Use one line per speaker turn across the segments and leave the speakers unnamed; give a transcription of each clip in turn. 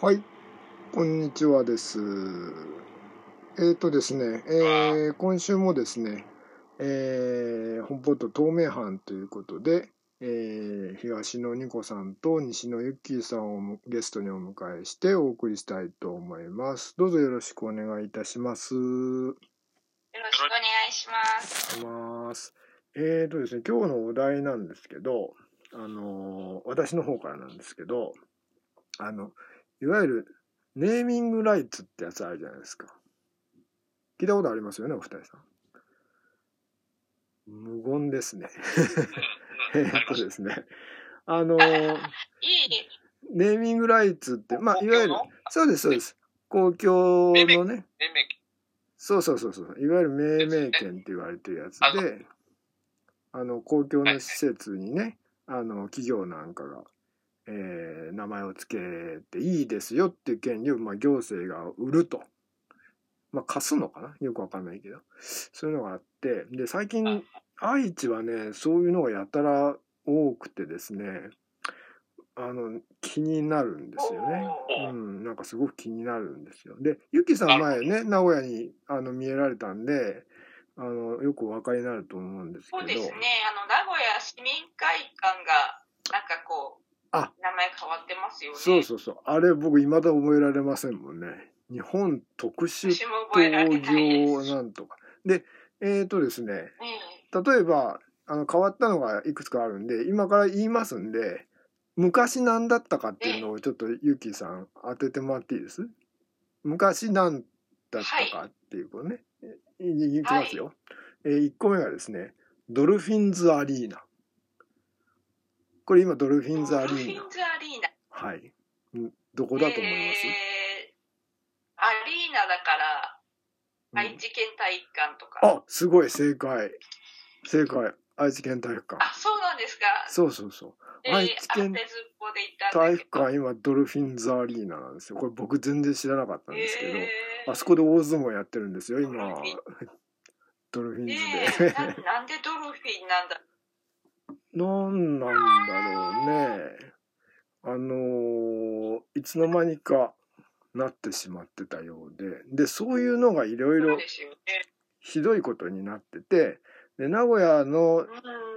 はい、こんにちはです。えーとですね、えー今週もですね、えー、本ポット透明版ということで、えー東野ニコさんと西野ゆっきーさんをゲストにお迎えしてお送りしたいと思います。どうぞよろしくお願いいたします。
よろしくお願いします。
します。えーとですね、今日のお題なんですけど、あのー私の方からなんですけど、あの、いわゆるネーミングライツってやつあるじゃないですか。聞いたことありますよね、お二人さん。無言ですね。 え
うんうん
ー
あり
と
ます
ですね。あの ー
いい、
ネーミングライツって、まあ、い
公共
わゆる
の、
そうです、そうです。公共のね、
命名権
そうそうそうそう。いわゆる命名権って言われてるやつで、あの公共の施設にね、あの企業なんかが、えー名前を付けていいですよっていう権利を、まあ、行政が売ると。まあ、貸すのかなよくわかんないけど。そういうのがあって、で、最近、愛知はね、そういうのがやたら多くてですね、あの、気になるんですよね。
を
うん、なんかすごく気になるんですよ。で、ゆきさん前ね、名古屋にあの見えられたんで、あの、よくお分かりになると思うんです
そう
け
で
ど、
すね。あの、名古屋市民会館が、なんかこう、
あ
名前変わってますよね。
そうそうそう、あれ僕未だ覚えられませんもんね。日本特殊
私も覚えられ
工
てないです。
業なんとか。で、えっ、とですね、
え
例えば、あの、変わったのがいくつかあるんで、今から言いますんで、昔何だったかっていうのをちょっとゆきさん当ててもらっていいです昔何だったかっていうことね。い、いきますよ。えー、1個目がですね、ドルフィンズアリーナ。これ今ドルフ
え
ィンズアリ
ドルフ
ー
ィ
ナ
ン。ズアリーナ。
はい。んどこだと思います、
えーアリーナだから、
うん
愛知県体育館とか。
あ、すごい、正解。正解。愛知県体育館。
あそうなんですか。
そうそうそう。
えー、
愛知県
当てずっぽで行った
体
んだ
育
けど。
館今ドルフィンズアリーナなんですよこれ僕全然知らなかったんですけど、
えー
あそこで大相撲やってるんですよ今ドルフィン ズで、
ねえななんでドルフィンなんだ
なんなんだろうねあのーいつの間にかなってしまってたようででそういうのがいろい
ろ
ろ
うですよね。
ひどいことになっててで名古屋の
うん。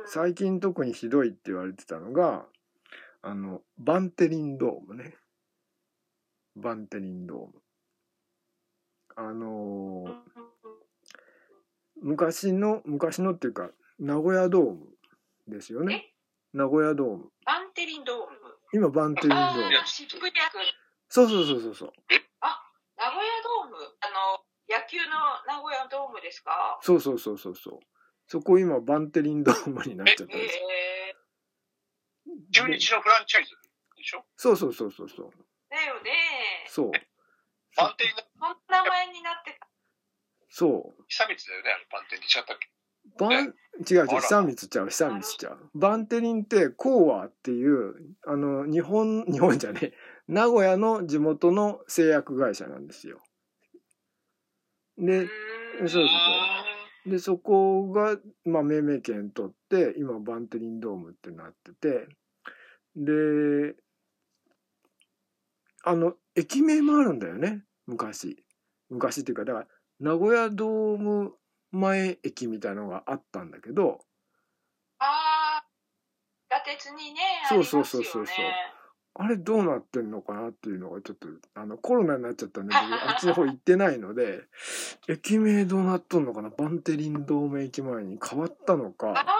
最近特にひどいって言われてたのがあのバンテリンドームねバンテリンドームあの
う
ー
んうん
昔の昔のっていうか名古屋ドームですよね名古屋ドーム
バンテリンドーム。
今バンテリンドー
あ
ム
あ、渋谷区。
そうそうそうそうそう
名古屋ドーム。あの、野球の名古屋ドームですか。
そうそうそうそうそうそこ今バンテリンドームになっちゃったんですよ
ええ
中
で
日のフランチャイズでしょ
そうそうそうそうそう
だよね。
そう
バンテリンが
そんな名前になってた。
そう
久光だよね、あれバンテリン。違ったっけ
バン
え
違う違う
あら
久光ちゃう久光ちゃうバンテリンってコーアっていうあの日本 日本じゃねえ名古屋の地元の製薬会社なんですよで
うーん
そうそうでそこが、まあ、命名権取って今バンテリンドームってなっててであの駅名もあるんだよね昔昔っていうかだから名古屋ドーム前駅みたいなのがあったんだけど
ああ。地下鉄にね。
そうそうそうそうそう
ありますよね
あれどうなってんのかなっていうのがちょっとあのコロナになっちゃったん で僕あっちの方行ってないので駅名どうなっとんのかなバンテリンドーム駅前に変わったの
変
か
わりは、変わ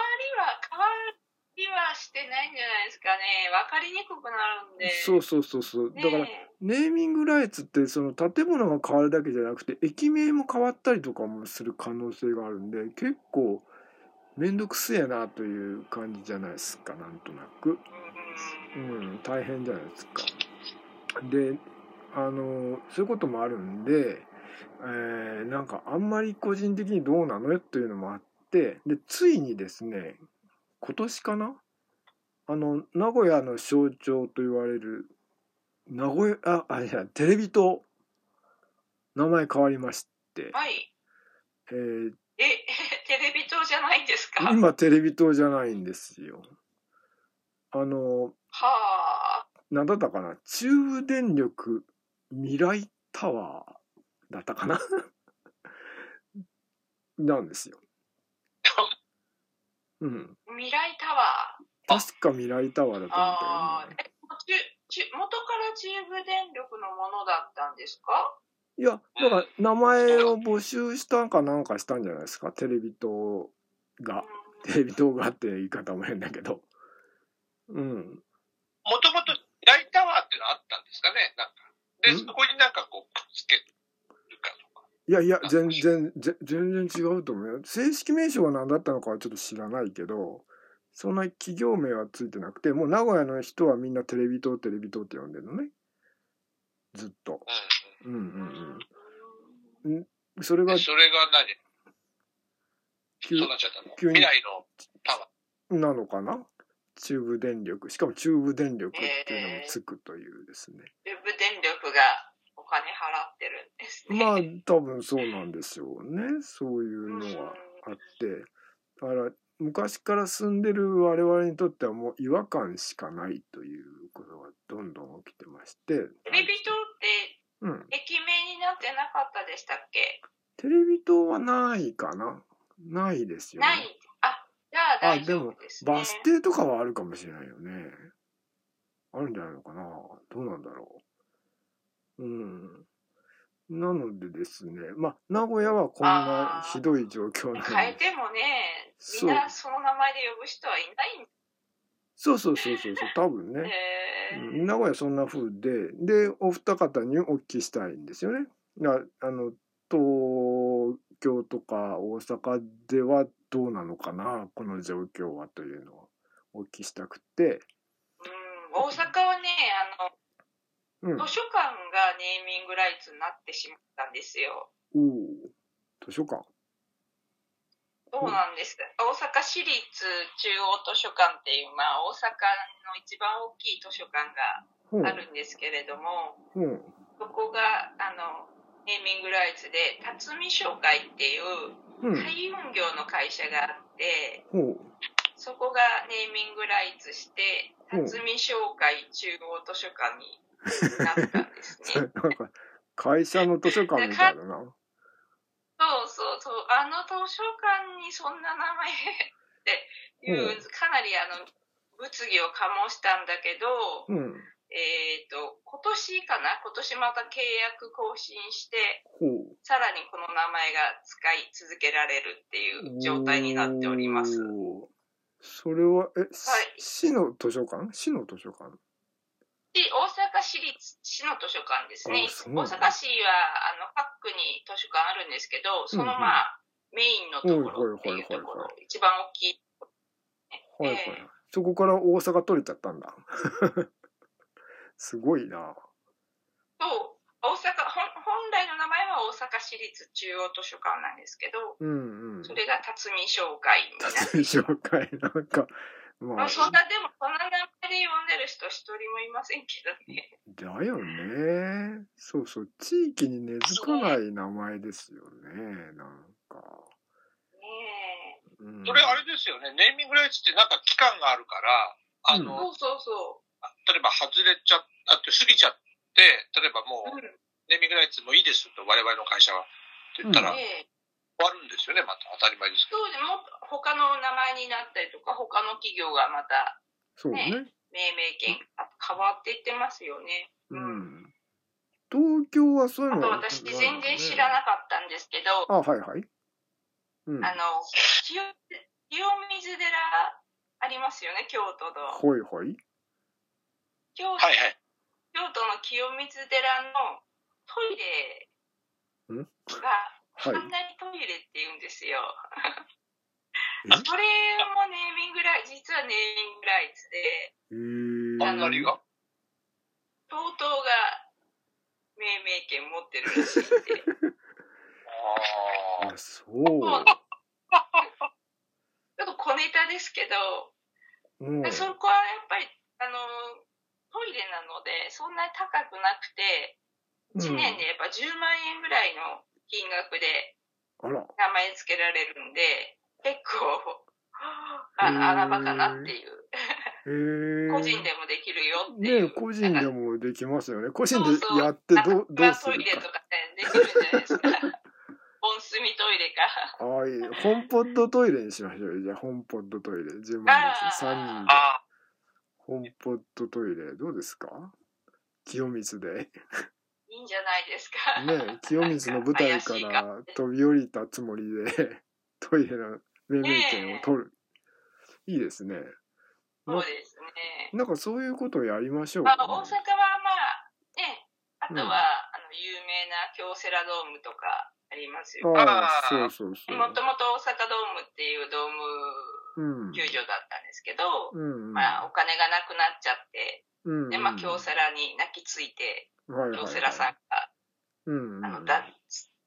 りはしてないんじゃないですかね。わかりにくくなるんで。
そうそうそうそうだから
ねえ
ネーミングライツってその建物が変わるだけじゃなくて駅名も変わったりとかもする可能性があるんで結構面倒くせえなという感じじゃないですかなんとなく。
うん
うん、大変じゃないですか。であのそういうこともあるんで、えーなんかあんまり個人的にどうなのよっていうのもあってでついにですね今年かなあの名古屋の象徴と言われる名古屋ああいやテレビ塔名前変わりまして、
はい。
えー
え、テレビ塔じゃないんですか。
今テレビ塔じゃないんですよ。あの
はあ。
なんだったかな中電力未来タワーだったかな なんですよ。うん。
未来タワー。
確か未来タワーだと思った
ああ
よね。
ー、えちち元から中部電力のものだったんですか
いや、だから名前を募集したんかなんかしたんじゃないですかテレビ塔が。テレビ塔がって言い方も変だけど。うん。
もともとライタワーっていうのあったんですかね、なんか。で、
ん
そこになんかこう、くっつけるかとか。
いやいや、全然、ぜ全然違うと思うよ。正式名称は何だったのかはちょっと知らないけど、そんな企業名はついてなくて、もう名古屋の人はみんなテレビ塔、テレビ塔って呼んでるのね。ずっと。
う
うん
うん
うん
う
うん。それ
んうん。
が
で、それが何
急
そうなっちゃったの
急に
未来のタワー。
なのかな中部電力。しかも中部電力っていうのもつくというですね。
中部電力がお金払ってるんですね。
まあ
うん、
多分そうなんでしょうね。そういうのは。あってだから昔から住んでる我々にとってはもう違和感しかないということがどんどん起きてまして
テレビ塔って
うん、
駅名になってなかったでしたっけ
テレビ塔はないかなないですよね
ない。あ、じゃあ
あ
大
で
丈
も
夫です、ね。
バス停とかはあるかもしれないよねあるんじゃないのかなどうなんだろううんなのでですねまあ名古屋はこんなひどい状況なん
変え
で
てもね、
そう
みんなその名前で呼ぶ人はいないん
そうそうそうそうそう多分ねう
で、
ん名古屋そんな風ででお二方にお聞きしたいんですよね。だあの東京とか大阪ではどうなのかなこの状況はというのをお聞きしたくて、
うん、大阪はね、
う
あ
ん、お
の、図書館がネーミングライツになってしまったんですよ。
お図書館
そうなんです。大阪市立中央図書館っていう、まあ、大阪の一番大きい図書館が
本
あるんですけれども、
本
そこが、あの、ネーミングライツで、辰巳商会っていう
うん
海運業の会社があって、
本
そこがネーミングライツして、
うん
辰巳商会中央図書館になったんです
それ
ね。
なんか会社の図書館みたいだな。
そうそうそう、あの図書館にそんな名前っていう、かなりあの、物議を醸したんだけど、
うん
えっ、と、今年かな今年また契約更新して、
ほ
さらにこの名前が使い続けられるっていうう状態になっております。
おーそれはえ、し
はい
市の図書館市の図書館
で大阪市立市の図書館ですね
あそうな
大
んだ
阪市はあの各区に図書館あるんですけどその
うんうん
まあ、メインのところっていうとこ
はいはいはいは
ろ一番大きい
はいはい、
ええ
そこから大阪取れちゃったんだ すごいな
と大阪本本来の名前は大阪市立中央図書館なんですけど
うんうん
それが辰巳商会になる
達人紹介なんかま
ま
あ
あそんなでもそんな名前で呼んでる人一人もいませんけどね
だよねそうそう地域に根付かない名前ですよねなんか、
ねえ
うん、
それあれですよね、ネーミングライツってなんか期間があるから、あの、
そうそうそう
例えば外れちゃっあと過ぎちゃって、例えばもう、
うん
ネーミングライツもういいですと、我々の会社は。って言ったら、
うん
終
ええ
わるんですよね、また当たり前ですけど。
そうでもっと他の名前になったりとか他の企業がまた
そうね
命名権が変わっていってますよね。
う
うん
ん東京はそういうの
あと私全然知
い
らなかったんですけど、
あはいはい、うん、
あの清清水寺ありますよね京都の
ほいほい
京,、
はいはい。
京都の清水寺のトイレ
ん
が
はい
神成トイレって言うんですよ。
え
それもネーミングライツ実はネーミングライツで
えー
あんなりが。
東東が命名権持ってるらしいんで。
あ
あ
ー
そう
ちょっと小ネタですけど、
うん
そこはやっぱりあのトイレなのでそんなに高くなくて1年でやっぱ10万円ぐらいの金額で
うん、あら
名前付けられるんで結構あの
へー
穴場かなっていう
へえ
個人でもできるよっていう。
ね個人でもできます よね個人
そうそう
でやってどうど
ま
う
あ
す
トイ
る
レ
か
とかね、できるじゃないですか。 温水トイレか。
ああいいホンポッドトイレにしましょうじゃあホンポッドトイレ自分で
あー
3人で
あ
ホンポッドトイレどうですか清水 で
いいんじゃないですか。
ね清水の舞台か
怪しいから
飛び降りたつもりで トイレの命名権を取る、いいですね
そうですね。
なんかそういうことをやりましょう
ま
か
あ、大阪は
ね、
まあ、ね、あとは、
うん
あの、有名な京セラドームとかありますよ。
ああそうそうそ
もと
う
もと大阪ドームっていうドーム
うん
球場だったんですけど、
うん
まあ、お金がなくなっちゃって、
うん
で、まあ、京セラに泣きついて、京セラさんが、
ん、うんうん、
あの、だ、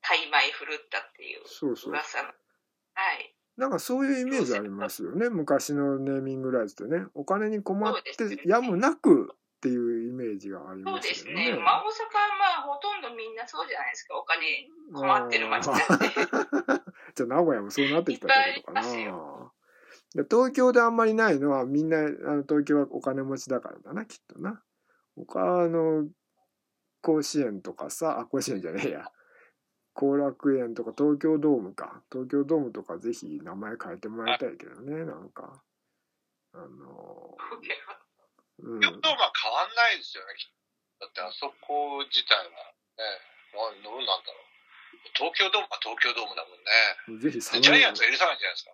大枚振るったっていう
そうそう
噂の。はい。
なんかそういうイメージありますよね昔のネーミングライツってねお金に困っ
そうです
て
ね
やむなくっていうイメージがあり
そう
ま
ですす
よね
ね。まあ、大阪はまあ、ほとんどみんなそうじゃないですか。お金困ってる街なんで。
じゃあ名古屋もそうなってきたってことかな
いっぱいあり。
で東京であんまりないのはみんなあの東京はお金持ちだからだなきっとな。他の甲子園とかさあ甲子園じゃねえや後楽園とか東京ドームか東京ドームとかぜひ名前変えてもらいたいけどねなんかあの う
あ、
ん
京都は変わんないですよね。だってあそこ自体は、ね、まあ、どうなんだろう。東京ドームは東京ドームだもんね。
ぜひサ
ジャイア
ロ
ンツは許さないじゃないです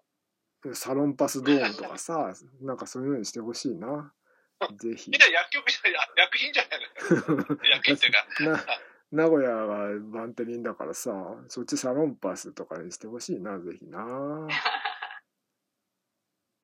か。
ンサロンパスドームとかさなんかそういうのにしてほしいなぜひ
みんな薬局じゃない、薬品じゃないのよ。 薬品っていうか。
な名古屋はバンテリンだからさそっちサロンパスとかにしてほしいなぜひな